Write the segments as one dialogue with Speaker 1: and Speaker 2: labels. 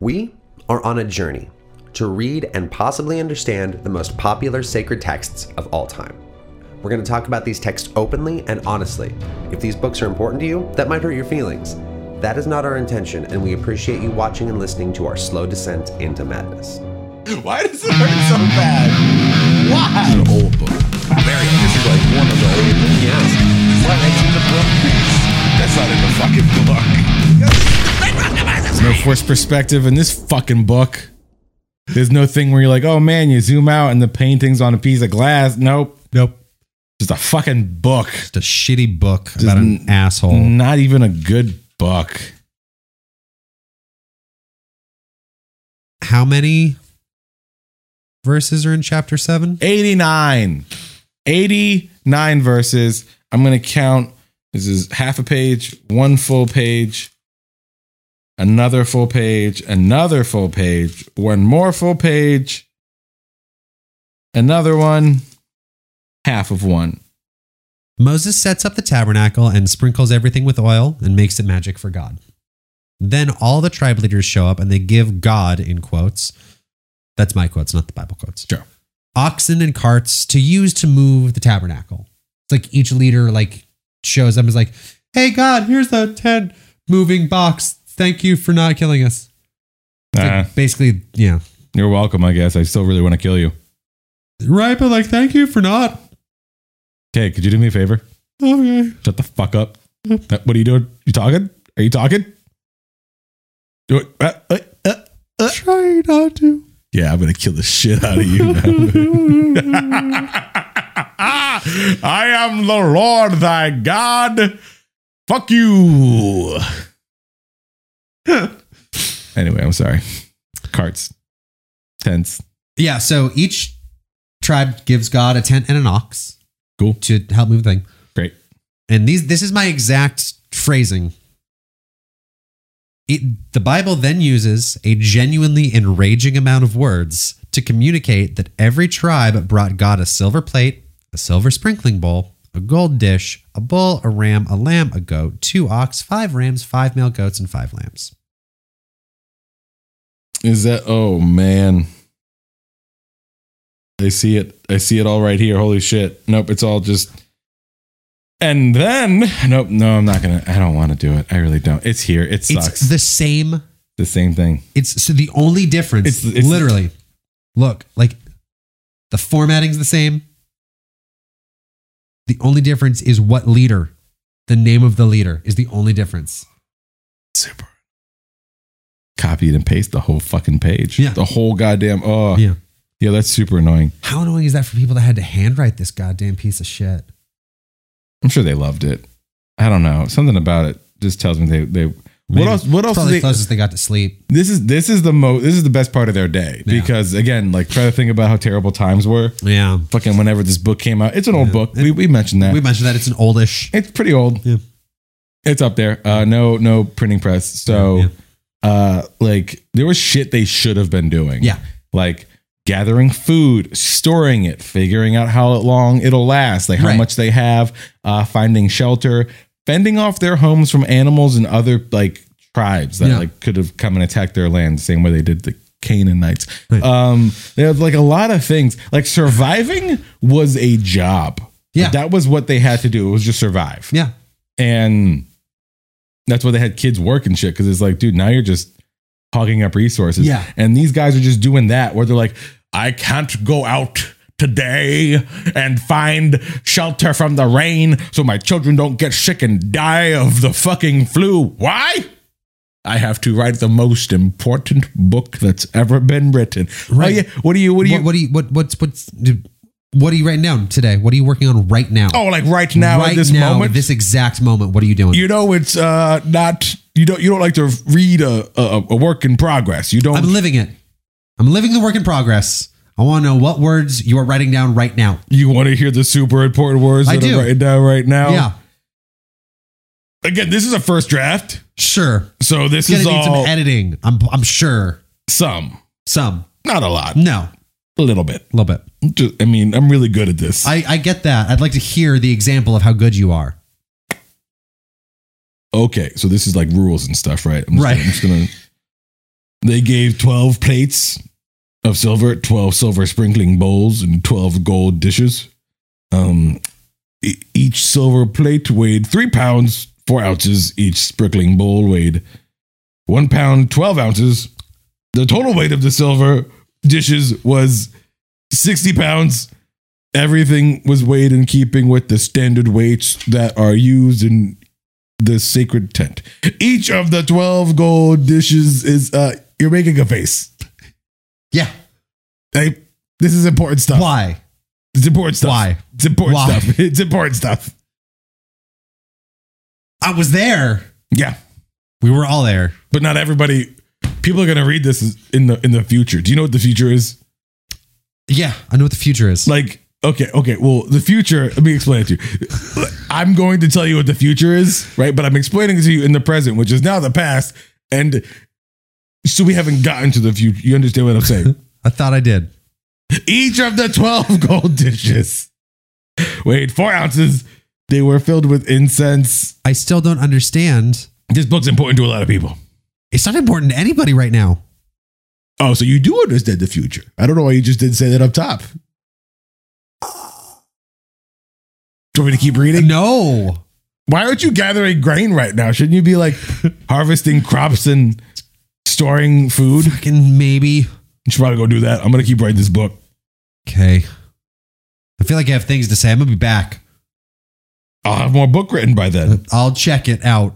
Speaker 1: We are on a journey to read and possibly understand the most popular sacred texts of all time. We're going to talk about these texts openly and honestly. If these books are important to you, that might hurt your feelings. That is not our intention, and we appreciate you watching and listening to our slow descent into madness.
Speaker 2: Why does it hurt so bad? Why?
Speaker 3: old book.
Speaker 2: Mary, this is like one of the old ones.
Speaker 1: Yes.
Speaker 2: What? That's in the book. That's not in the fucking book.
Speaker 3: There's no forced perspective in this fucking book. There's no thing where you're like, oh man, you zoom out and the painting's on a piece of glass. Nope.
Speaker 4: Nope.
Speaker 3: Just a fucking book.
Speaker 4: Just a shitty book about an
Speaker 3: n-
Speaker 2: Oh.
Speaker 4: asshole.
Speaker 3: Not even a good book.
Speaker 4: How many verses are in chapter seven?
Speaker 3: 89. 89 verses. I'm going to count. This is half a page, one full page, another full page, another full page, one more full page, another one, half of one.
Speaker 4: Moses sets up the tabernacle and sprinkles everything with oil and makes it magic for God. Then all the tribe leaders show up and they give God, in quotes, that's my quotes, not the Bible quotes.
Speaker 3: Sure.
Speaker 4: Oxen and carts to use to move the tabernacle. It's like each leader like shows up and is like, hey God, here's the tent moving box. Thank you for not killing us. It's like
Speaker 3: Uh,
Speaker 4: basically, yeah.
Speaker 3: you're welcome, I guess. I still really want to kill you.
Speaker 4: Right, but like, thank you for not.
Speaker 3: Okay, could you do me a favor?
Speaker 4: Okay.
Speaker 3: Shut the fuck up. Uh, What are you doing? You talking? Are you talking? Do it. Uh, uh, uh, uh.
Speaker 4: Try not to.
Speaker 3: Yeah, I'm gonna kill the shit out of you. now. I am the Lord thy God. Fuck you. anyway, I'm sorry. Carts, tents.
Speaker 4: Yeah, so each tribe gives God a tent and an ox.
Speaker 3: Cool.
Speaker 4: To help move the thing.
Speaker 3: Great.
Speaker 4: And these this is my exact phrasing. It, the Bible then uses a genuinely enraging amount of words to communicate that every tribe brought God a silver plate, a silver sprinkling bowl, a gold dish, a bull, a ram, a lamb, a goat, two ox, five rams, five male goats, and five lambs.
Speaker 3: Is that? Oh man. I see it. I see it all right here. Holy shit. Nope. It's all just. And then, nope. No, I'm not gonna. I don't want to do it. I really don't. It's here. It sucks.
Speaker 4: It's the same
Speaker 3: the same thing.
Speaker 4: It's so the only difference,
Speaker 3: It's- it's-
Speaker 4: literally, look, like the formatting's the same. The only difference is what leader, the name of the leader is the only difference.
Speaker 3: Super. Copied and paste the whole fucking page.
Speaker 4: Yeah.
Speaker 3: The whole goddamn. Oh.
Speaker 4: Yeah.
Speaker 3: Yeah, that's super annoying.
Speaker 4: How annoying is that for people that had to handwrite this goddamn piece of shit?
Speaker 3: I'm sure they loved it. I don't know. Something about it just tells me they they.
Speaker 4: Maybe.
Speaker 3: What else? What
Speaker 4: It's
Speaker 3: else? do
Speaker 4: Probably
Speaker 3: they,
Speaker 4: closest they got to sleep.
Speaker 3: this is this is the mo this is the best part of their day
Speaker 4: Yeah.
Speaker 3: because again like try to think about how terrible times were
Speaker 4: Yeah,
Speaker 3: fucking whenever this book came out it's an old
Speaker 4: Yeah.
Speaker 3: book we, we mentioned that
Speaker 4: we mentioned that it's an oldish.
Speaker 3: it's pretty old
Speaker 4: Yeah.
Speaker 3: it's up there uh no no printing press so
Speaker 4: Yeah.
Speaker 3: uh like there was shit they should have been doing
Speaker 4: Yeah.
Speaker 3: like gathering food storing it figuring out how long it'll last like how
Speaker 4: Right.
Speaker 3: much they have uh finding shelter fending off their homes from animals and other like tribes that
Speaker 4: Yeah.
Speaker 3: like could have come and attacked their land the same way they did the canaanites
Speaker 4: Right.
Speaker 3: um they had like a lot of things like surviving was a job
Speaker 4: Yeah.
Speaker 3: that was what they had to do it was just survive
Speaker 4: Yeah,
Speaker 3: and that's why they had kids work and shit because it's like dude now you're just hogging up resources
Speaker 4: Yeah.
Speaker 3: and these guys are just doing that where they're like i can't go out today and find shelter from the rain so my children don't get sick and die of the fucking flu why I have to write the most important book that's ever been written. Right?
Speaker 4: Right.
Speaker 3: yeah. What do you? What do you?
Speaker 4: what, what do you what what's what's what are you writing down today? What are you working on right now?
Speaker 3: oh, like right now
Speaker 4: right
Speaker 3: at this
Speaker 4: now,
Speaker 3: moment.
Speaker 4: this exact moment. What are you doing?
Speaker 3: you know it's uh not you don't you don't like to read a a, a work in progress you don't
Speaker 4: I'm living it. I'm living the work in progress. I want to know what words you are writing down right now.
Speaker 3: you want to hear the super important words
Speaker 4: I
Speaker 3: that
Speaker 4: do.
Speaker 3: i'm writing down right now
Speaker 4: Yeah,
Speaker 3: again this is a first draft
Speaker 4: sure.
Speaker 3: so this
Speaker 4: It's gonna
Speaker 3: is
Speaker 4: need
Speaker 3: all
Speaker 4: some editing. I'm I'm sure
Speaker 3: some
Speaker 4: some.
Speaker 3: not a lot
Speaker 4: No,
Speaker 3: a little bit
Speaker 4: a little bit.
Speaker 3: Just- i mean i'm really good at this
Speaker 4: I I get that. I'd like to hear the example of how good you are.
Speaker 3: okay so this is like rules and stuff right I'm just
Speaker 4: Right.
Speaker 3: gonna, I'm just gonna They gave 12 plates of silver, 12 silver sprinkling bowls, and 12 gold dishes. Um, e- each silver plate weighed three pounds, four ounces. Each sprinkling bowl weighed one pound, 12 ounces. The total weight of the silver dishes was 60 pounds. Everything was weighed in keeping with the standard weights that are used in the sacred tent. Each of the 12 gold dishes is, uh, you're making a face.
Speaker 4: Yeah.
Speaker 3: Hey, this is important stuff.
Speaker 4: Why?
Speaker 3: It's important stuff.
Speaker 4: Why?
Speaker 3: It's important
Speaker 4: Why?
Speaker 3: stuff. It's important stuff.
Speaker 4: I was there.
Speaker 3: Yeah.
Speaker 4: We were all there.
Speaker 3: But not everybody, people are going to read this in the, in the future. Do you know what the future is?
Speaker 4: Yeah, I know what the future is.
Speaker 3: Like, okay, okay. Well, the future, let me explain it to you. I'm going to tell you what the future is, right? But I'm explaining it to you in the present, which is now the past. And so we haven't gotten to the future. You understand what I'm saying?
Speaker 4: I thought I did.
Speaker 3: Each of the 12 gold dishes weighed four ounces. They were filled with incense.
Speaker 4: I still don't understand.
Speaker 3: This book's important to a lot of people.
Speaker 4: It's not important to anybody right now.
Speaker 3: Oh, so you do understand the future. I don't know why you just didn't say that up top. Do you want me to keep reading?
Speaker 4: No.
Speaker 3: Why aren't you gathering grain right now? Shouldn't you be like harvesting crops and storing food? You
Speaker 4: Fucking maybe.
Speaker 3: should probably go do that. I'm going to keep writing this book.
Speaker 4: Okay. I feel like I have things to say. I'm going to be back.
Speaker 3: I'll have more book written by then.
Speaker 4: I'll check it out.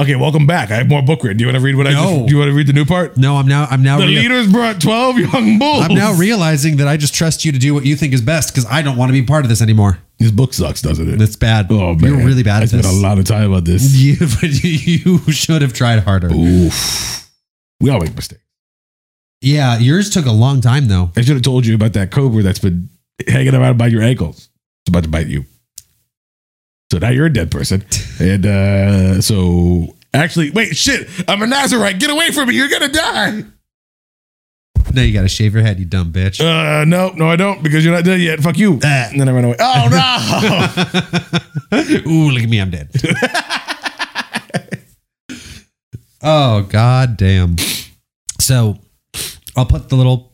Speaker 3: Okay, welcome back. I have more book written. Do you want to read what I
Speaker 4: No.
Speaker 3: just, do you want to read the new part?
Speaker 4: No, I'm now I'm now
Speaker 3: The
Speaker 4: rea-
Speaker 3: leaders brought 12 young bulls.
Speaker 4: I'm now realizing that I just trust you to do what you think is best cuz I don't want to be part of this anymore.
Speaker 3: this book sucks, doesn't it?
Speaker 4: That's bad.
Speaker 3: oh, man.
Speaker 4: You're really bad
Speaker 3: I
Speaker 4: at
Speaker 3: spent
Speaker 4: this.
Speaker 3: a lot of time on this.
Speaker 4: You, but you you should have tried harder.
Speaker 3: Oof. We all make mistakes.
Speaker 4: Yeah, yours took a long time though.
Speaker 3: I should have told you about that cobra that's been hanging around by your ankles. It's about to bite you. So now you're a dead person. And uh, so actually, wait, shit, I'm a Nazarite. Get away from me. You're going to die.
Speaker 4: Now you got to shave your head, you dumb bitch.
Speaker 3: Uh, no, no, I don't because you're not dead yet. Fuck you. Ah, And then I run away. Oh, no.
Speaker 4: Ooh, look at me, I'm dead. oh god damn. So I'll put the little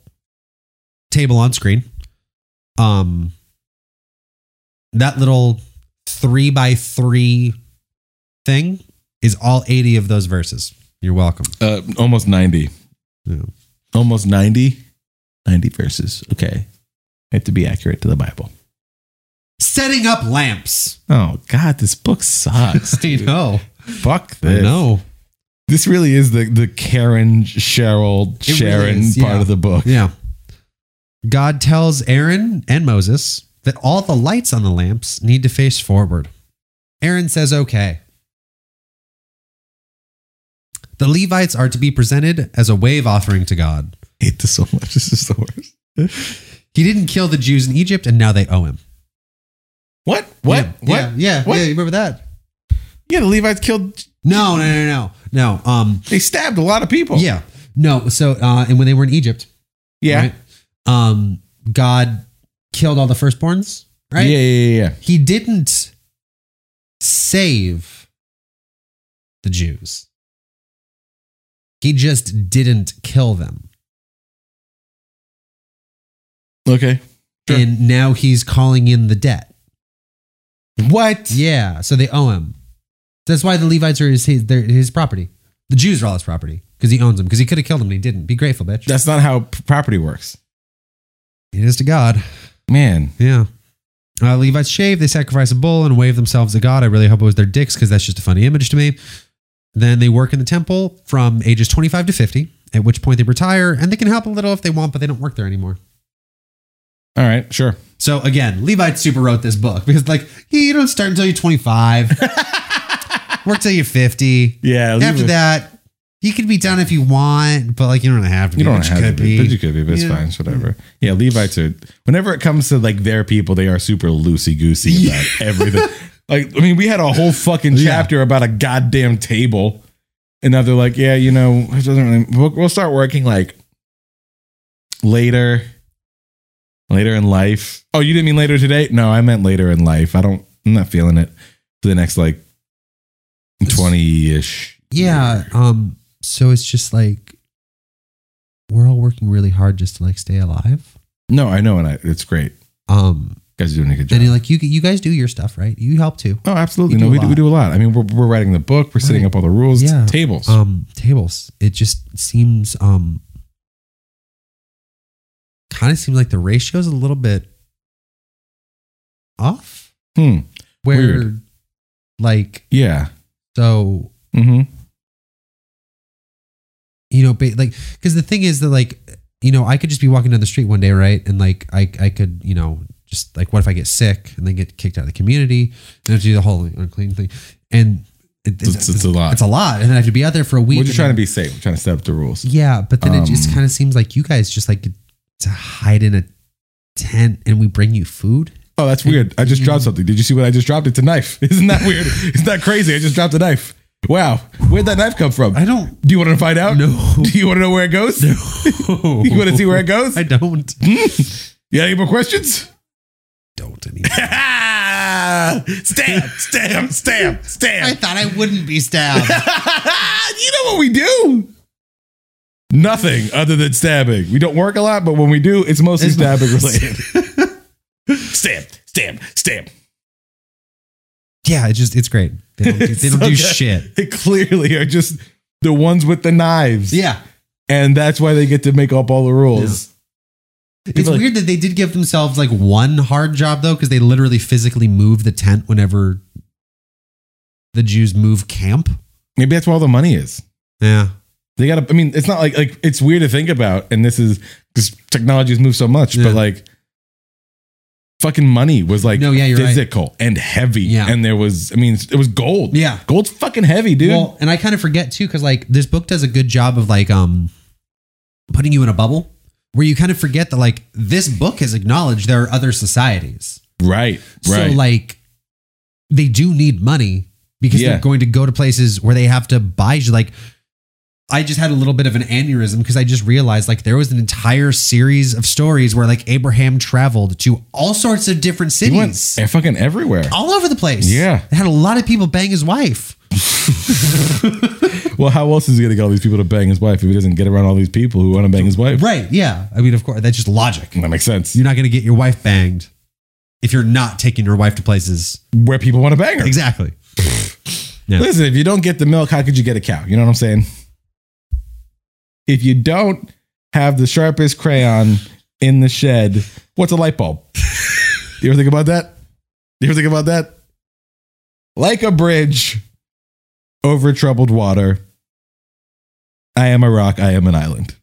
Speaker 4: table on screen. Um that little three by three thing is all 80 of those verses. You're welcome.
Speaker 3: uh, almost 90.
Speaker 4: Yeah.
Speaker 3: Almost 90. 90 verses. Okay. I have to be accurate to the Bible.
Speaker 4: Setting up lamps.
Speaker 3: Oh, God, this book sucks.
Speaker 4: you know.
Speaker 3: Fuck
Speaker 4: I
Speaker 3: this.
Speaker 4: know.
Speaker 3: This really is the the Karen Cheryl
Speaker 4: really
Speaker 3: Sharon
Speaker 4: is,
Speaker 3: part
Speaker 4: yeah.
Speaker 3: of the book.
Speaker 4: Yeah. God tells Aaron and Moses that all the lights on the lamps need to face forward. Aaron says, okay. The Levites are to be presented as a wave offering to God.
Speaker 3: I hate this so much. This is the worst.
Speaker 4: He didn't kill the Jews in Egypt, and now they owe him.
Speaker 3: What? What?
Speaker 4: Yeah,
Speaker 3: what?
Speaker 4: Yeah, yeah,
Speaker 3: What?
Speaker 4: yeah. You remember that?
Speaker 3: Yeah, the Levites killed.
Speaker 4: No, no, no, no, no. Um,
Speaker 3: They stabbed a lot of people.
Speaker 4: yeah, no. So, uh, and when they were in Egypt,
Speaker 3: Yeah.
Speaker 4: right, um, God killed all the firstborns, right?
Speaker 3: Yeah. Yeah. Yeah. yeah.
Speaker 4: he didn't save the Jews. He just didn't kill them.
Speaker 3: Okay. Sure.
Speaker 4: And now he's calling in the debt.
Speaker 3: What?
Speaker 4: Yeah, so they owe him. That's why the Levites are his, his, they're his property. The Jews are all his property because he owns them, because he could have killed them and he didn't. Be grateful, bitch.
Speaker 3: That's not how p- property works,
Speaker 4: it is to God.
Speaker 3: man.
Speaker 4: Yeah. Uh, Levites shave, they sacrifice a bull and wave themselves to God. I really hope it was their dicks because that's just a funny image to me. Then they work in the temple from ages 25 to 50, at which point they retire and they can help a little if they want, but they don't work there anymore.
Speaker 3: All right. Sure.
Speaker 4: So again, Levite super wrote this book because, like, you don't start until you're 25, work till you're 50.
Speaker 3: Yeah.
Speaker 4: After that, you could be done if you want, but like, you don't have to.
Speaker 3: You
Speaker 4: be,
Speaker 3: don't
Speaker 4: but
Speaker 3: have
Speaker 4: could
Speaker 3: to be, but you could be, but it's
Speaker 4: Yeah.
Speaker 3: fine, it's whatever. Yeah, Levites are. Whenever it comes to like their people, they are super loosey goosey about everything. Like, I mean, we had a whole fucking
Speaker 4: Yeah.
Speaker 3: chapter about a goddamn table, and now they're like, yeah, you know, it doesn't really. We'll, we'll start working like later, later in life. Oh, you didn't mean later today? No, I meant later in life. I don't. I'm not feeling it for the next like twenty ish.
Speaker 4: Yeah. Um. So it's just like we're all working really hard just to like stay alive.
Speaker 3: No, I know, and I, it's great.
Speaker 4: Um,
Speaker 3: You guys are doing a good job.
Speaker 4: and you're like you you guys do your stuff right. You help too.
Speaker 3: oh, absolutely.
Speaker 4: you
Speaker 3: no,
Speaker 4: do
Speaker 3: we
Speaker 4: a
Speaker 3: do, we
Speaker 4: lot.
Speaker 3: do a lot. I mean, we're, we're writing the book. We're setting
Speaker 4: Right.
Speaker 3: up all the rules.
Speaker 4: Yeah.
Speaker 3: Tables.
Speaker 4: Um, tables. It just seems um, kind of seems like the ratio's a little bit off.
Speaker 3: hmm.
Speaker 4: Where,
Speaker 3: Weird.
Speaker 4: like,
Speaker 3: Yeah.
Speaker 4: so
Speaker 3: hmm
Speaker 4: you know, ba- like, because the thing is that, like, you know, I could just be walking down the street one day, right? And like, I, I could, you know, just like, what if I get sick and then get kicked out of the community? Then I have to do the whole unclean thing, and it,
Speaker 3: It's, it's a lot.
Speaker 4: It's a lot, and then I have to be out there for a week.
Speaker 3: we're just
Speaker 4: and
Speaker 3: trying to
Speaker 4: then-
Speaker 3: be safe. We're trying to set up the rules.
Speaker 4: yeah. But then it just
Speaker 3: Um,
Speaker 4: kind of seems like you guys just like to hide in a tent, and we bring you food.
Speaker 3: Oh, that's weird. I just dropped something. Did you see what I just dropped? It's a knife. Isn't that weird? Isn't that crazy? I just dropped a knife. Wow. Where'd that knife come from?
Speaker 4: I don't
Speaker 3: Do you want to find out?
Speaker 4: No.
Speaker 3: Do you want to know where it goes? No.
Speaker 4: know.
Speaker 3: You want to see where it goes?
Speaker 4: I don't.
Speaker 3: You got any more questions?
Speaker 4: Don't anymore.
Speaker 3: Ah! stamp, stamp, stamp,
Speaker 4: I
Speaker 3: stamp.
Speaker 4: thought I wouldn't be stabbed.
Speaker 3: you know what we do? Nothing other than stabbing. We don't work a lot, but when we do, it's mostly
Speaker 4: It's-
Speaker 3: stabbing related. stamp, stamp, stamp.
Speaker 4: yeah, it just it's great. They don't do, they
Speaker 3: It's
Speaker 4: don't
Speaker 3: so
Speaker 4: do
Speaker 3: good.
Speaker 4: shit.
Speaker 3: They clearly are just the ones with the knives.
Speaker 4: Yeah.
Speaker 3: And that's why they get to make up all the rules.
Speaker 4: It's
Speaker 3: People like-
Speaker 4: weird that they did give themselves like one hard job though, because they literally physically move the tent whenever the Jews move camp.
Speaker 3: Maybe that's where all the money is.
Speaker 4: Yeah.
Speaker 3: They gotta I mean, it's not like like it's weird to think about, and this is because technology has moved so much,
Speaker 4: Yeah.
Speaker 3: but like fucking money was like
Speaker 4: No, yeah, you're right.
Speaker 3: physical and heavy.
Speaker 4: Yeah.
Speaker 3: And there was I mean it was gold.
Speaker 4: Yeah.
Speaker 3: Gold's fucking heavy, dude.
Speaker 4: Well, and I kind of forget too, because like this book does a good job of like um putting you in a bubble where you kind of forget that like this book has acknowledged there are other societies.
Speaker 3: right. Right.
Speaker 4: So like they do need money because
Speaker 3: Yeah.
Speaker 4: they're going to go to places where they have to buy like I just had a little bit of an aneurysm because I just realized like there was an entire series of stories where like Abraham traveled to all sorts of different
Speaker 3: he
Speaker 4: cities.
Speaker 3: went e- fucking everywhere.
Speaker 4: all over the place.
Speaker 3: Yeah.
Speaker 4: It had a lot of people bang his wife.
Speaker 3: Well, how else is he gonna get all these people to bang his wife if he doesn't get around all these people who want to bang his wife?
Speaker 4: Right. Yeah. I mean, of course, that's just logic.
Speaker 3: That makes sense.
Speaker 4: You're not going to get your wife banged if you're not taking your wife to places.
Speaker 3: Where people want to bang her.
Speaker 4: Exactly. Yeah.
Speaker 3: Listen, if you don't get the milk, how could you get a cow? You know what I'm saying? If you don't have the sharpest crayon in the shed, what's a light bulb? you ever think about that? You ever think about that? Like a bridge over troubled water, I am a rock, I am an island.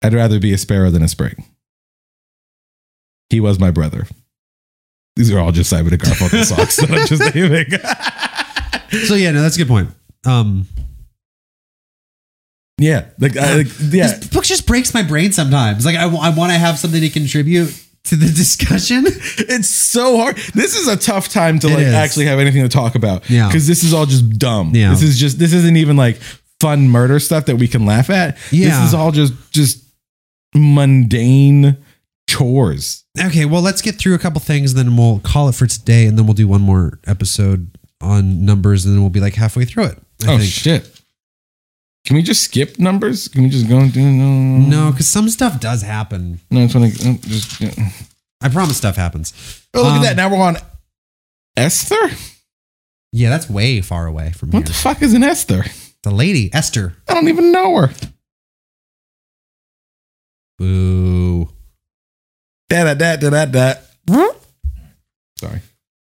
Speaker 3: I'd rather be a sparrow than a spring. He was my brother. These are all just Simon and Garfunkel songs that I'm just naming.
Speaker 4: So yeah, no, that's a good point. Um,
Speaker 3: Yeah, like, I, like yeah,
Speaker 4: This book just breaks my brain sometimes. Like I, want to have something to contribute to the discussion.
Speaker 3: it's so hard. This is a tough time to
Speaker 4: It
Speaker 3: like
Speaker 4: is.
Speaker 3: actually have anything to talk about.
Speaker 4: Yeah.
Speaker 3: because this is all just dumb.
Speaker 4: Yeah.
Speaker 3: this is just this isn't even like fun murder stuff that we can laugh at.
Speaker 4: Yeah.
Speaker 3: this is all just just mundane chores.
Speaker 4: okay, well, let's get through a couple things, then we'll call it for today, and then we'll do one more episode on numbers, and then we'll be like halfway through it. I
Speaker 3: oh
Speaker 4: think.
Speaker 3: shit! Can we just skip numbers? Can we just go? and do- no,
Speaker 4: no, because some stuff does happen.
Speaker 3: no, it's want to just.
Speaker 4: I promise, stuff happens.
Speaker 3: Oh, look
Speaker 4: Um,
Speaker 3: at that! Now we're on Esther.
Speaker 4: Yeah, that's way far away from here.
Speaker 3: What the fuck is an Esther?
Speaker 4: the lady Esther.
Speaker 3: I don't even know her.
Speaker 4: Boo.
Speaker 3: Da da da da da da. Sorry.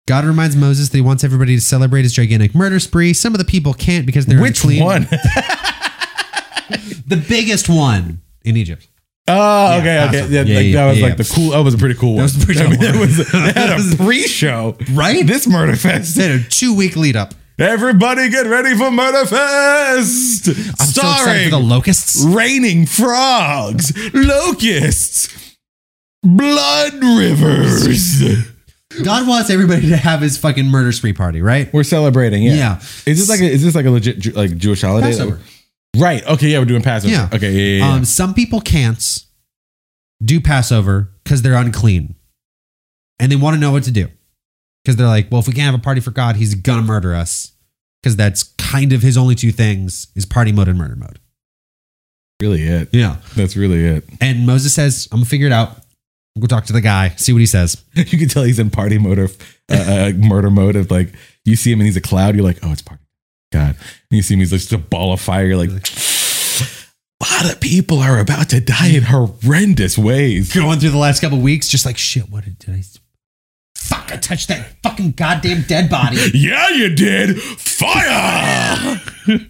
Speaker 4: God reminds Moses that he wants everybody to celebrate his gigantic murder spree. Some of the people can't because they're
Speaker 3: Which
Speaker 4: unclean.
Speaker 3: one?
Speaker 4: The biggest one in Egypt.
Speaker 3: Oh, okay,
Speaker 4: Yeah,
Speaker 3: okay.
Speaker 4: awesome.
Speaker 3: Yeah,
Speaker 4: Yeah,
Speaker 3: like,
Speaker 4: yeah,
Speaker 3: that was
Speaker 4: yeah,
Speaker 3: like
Speaker 4: yeah.
Speaker 3: the cool. That was a pretty cool one.
Speaker 4: That was a pretty
Speaker 3: I mean,
Speaker 4: cool
Speaker 3: that
Speaker 4: one.
Speaker 3: was- they had a pre-show,
Speaker 4: Right?
Speaker 3: This murder fest.
Speaker 4: They had a two week lead up.
Speaker 3: Everybody, get ready for murder fest.
Speaker 4: I'm so excited
Speaker 3: Starring
Speaker 4: for the locusts.
Speaker 3: raining frogs, locusts, blood rivers.
Speaker 4: God wants everybody to have his fucking murder spree party, right?
Speaker 3: We're celebrating. Yeah.
Speaker 4: Yeah.
Speaker 3: Is this like a, is this like a legit Ju- like Jewish holiday?
Speaker 4: Passover.
Speaker 3: Right. Okay. Yeah, we're doing Passover.
Speaker 4: Yeah.
Speaker 3: Okay. Yeah. yeah, yeah.
Speaker 4: Um, some people can't do Passover because they're unclean and they want to know what to do because they're like, well, if we can't have a party for God, he's gonna murder us because that's kind of his only two things is party mode and murder mode.
Speaker 3: really it.
Speaker 4: Yeah.
Speaker 3: That's really it.
Speaker 4: And Moses says, I'm going to figure it out. We'll go talk to the guy, see what he says.
Speaker 3: You can tell he's in party mode of uh, uh, murder mode of like you see him and he's a cloud. You're like, oh, it's party. God. And you see him, he's like just a ball of fire. You're like, a lot of people are about to die in horrendous ways.
Speaker 4: Going through the last couple weeks, just like, shit, what did, did I. Fuck, I touched that fucking goddamn dead body.
Speaker 3: Yeah, you did. Fire.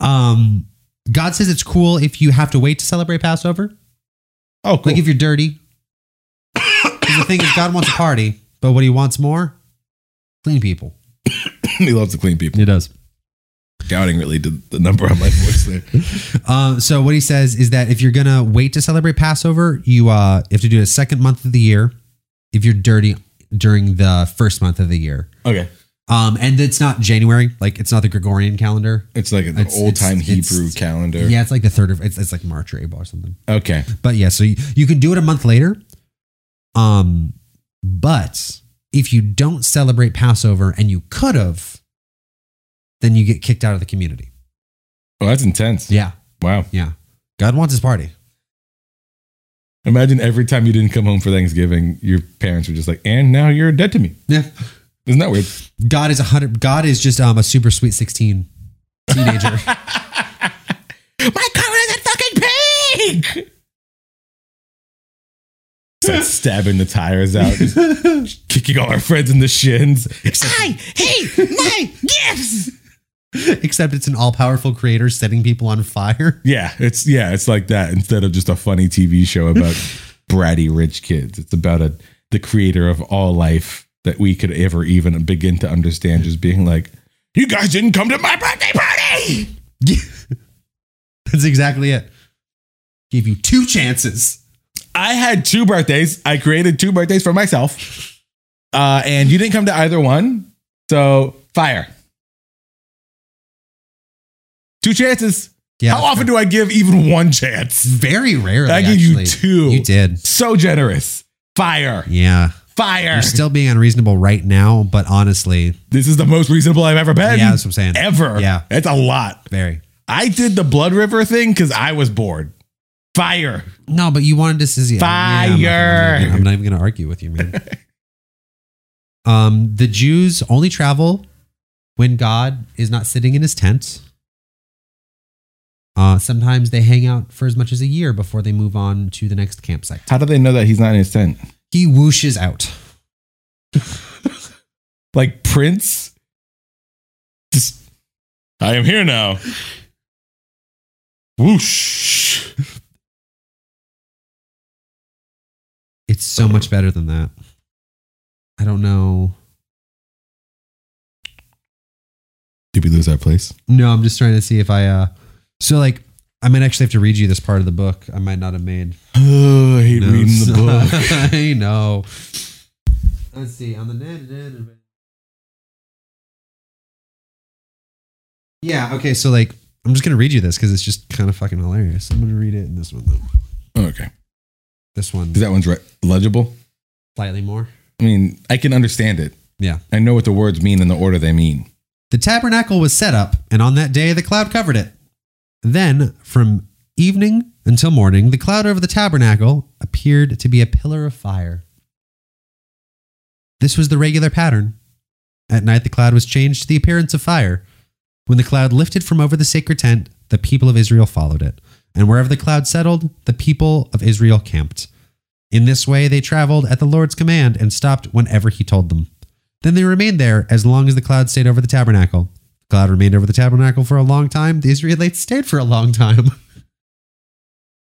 Speaker 4: Um, God says it's cool if you have to wait to celebrate Passover.
Speaker 3: Oh, cool.
Speaker 4: Like if you're dirty. 'Cause the thing is, God wants a party, but what he wants more, clean people.
Speaker 3: he loves to clean people.
Speaker 4: He does.
Speaker 3: Shouting really did the number on my voice there.
Speaker 4: Um, so what he says is that if you're gonna wait to celebrate Passover, you uh, have to do it a second month of the year. If you're dirty during the first month of the year,
Speaker 3: Okay.
Speaker 4: um, and it's not January, like it's not the Gregorian calendar.
Speaker 3: It's like an
Speaker 4: It's-
Speaker 3: old time
Speaker 4: it's- it's-
Speaker 3: Hebrew calendar.
Speaker 4: Yeah, it's like the third of it's, it's like March or April or something.
Speaker 3: Okay.
Speaker 4: But yeah, so you, you can do it a month later. Um, but if you don't celebrate Passover and you could have, then you get kicked out of the community.
Speaker 3: Oh, that's intense.
Speaker 4: Yeah,
Speaker 3: Wow.
Speaker 4: yeah. God wants his party.
Speaker 3: Imagine every time you didn't come home for Thanksgiving, your parents were just like, and now you're dead to me.
Speaker 4: Yeah.
Speaker 3: Isn't that weird?
Speaker 4: God is a hundred. God is just um a super sweet sixteen teenager.
Speaker 3: My color is that fucking pink. Starts stabbing the tires out, just kicking all our friends in the shins. I hate my gifts.
Speaker 4: Except it's an all powerful creator setting people on fire.
Speaker 3: Yeah, it's yeah, it's like that instead of just a funny TV show about bratty rich kids. It's about a the creator of all life that we could ever even begin to understand, just being like, "You guys didn't come to my birthday party."
Speaker 4: That's exactly it. Give you two chances.
Speaker 3: I had two birthdays. I created two birthdays for myself, uh, and you didn't come to either one. So fire. Two chances.
Speaker 4: Yeah.
Speaker 3: How often do I give even one chance?
Speaker 4: Very rarely.
Speaker 3: I gave you
Speaker 4: actually.
Speaker 3: two.
Speaker 4: You did.
Speaker 3: So generous. Fire.
Speaker 4: Yeah.
Speaker 3: Fire.
Speaker 4: You're still being unreasonable right now, but honestly,
Speaker 3: this is the most reasonable I've ever been.
Speaker 4: yeah, that's what I'm saying.
Speaker 3: ever.
Speaker 4: Yeah.
Speaker 3: That's a lot.
Speaker 4: Very.
Speaker 3: I did the Blood River thing because I was bored. Fire.
Speaker 4: No, but you wanted to see
Speaker 3: Fire.
Speaker 4: I'm not even going to argue with you, man. um, the Jews only travel when God is not sitting in his tent. Uh, sometimes they hang out for as much as a year before they move on to the next campsite.
Speaker 3: How do they know that he's not in his tent?
Speaker 4: He whooshes out.
Speaker 3: like Prince. Just, I am here now. Whoosh.
Speaker 4: It's so much better than that. I don't know.
Speaker 3: Did we lose our place?
Speaker 4: No, I'm just trying to see if I. Uh, so, like, I might actually have to read you this part of the book. I might not have made.
Speaker 3: Oh, I hate
Speaker 4: No,
Speaker 3: reading the book.
Speaker 4: it's- I know. Let's see. On the yeah. Okay. So like, I'm just gonna read you this because it's just kind of fucking hilarious. I'm gonna read it in this one though.
Speaker 3: Okay.
Speaker 4: This one
Speaker 3: That one's right. legible.
Speaker 4: slightly more.
Speaker 3: I mean, I can understand it.
Speaker 4: Yeah.
Speaker 3: I know what the words mean in the order they mean.
Speaker 4: The tabernacle was set up, and on that day the cloud covered it. Then, from evening until morning, the cloud over the tabernacle appeared to be a pillar of fire. This was the regular pattern. At night, the cloud was changed to the appearance of fire. When the cloud lifted from over the sacred tent, the people of Israel followed it. And wherever the cloud settled, the people of Israel camped. In this way, they traveled at the Lord's command and stopped whenever he told them. Then they remained there as long as the cloud stayed over the tabernacle. The cloud remained over the tabernacle for a long time. The Israelites stayed for a long time.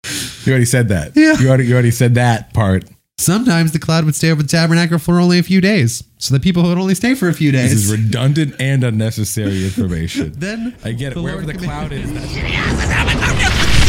Speaker 3: You already said that.
Speaker 4: Yeah.
Speaker 3: You already, you already said that part.
Speaker 4: Sometimes the cloud would stay over the tabernacle for only a few days, so the people would only stay for a few
Speaker 3: This
Speaker 4: days.
Speaker 3: is redundant and unnecessary information.
Speaker 4: then
Speaker 3: I get it.
Speaker 4: The
Speaker 3: Wherever
Speaker 4: Lord
Speaker 3: the
Speaker 4: commanded-
Speaker 3: cloud is, that's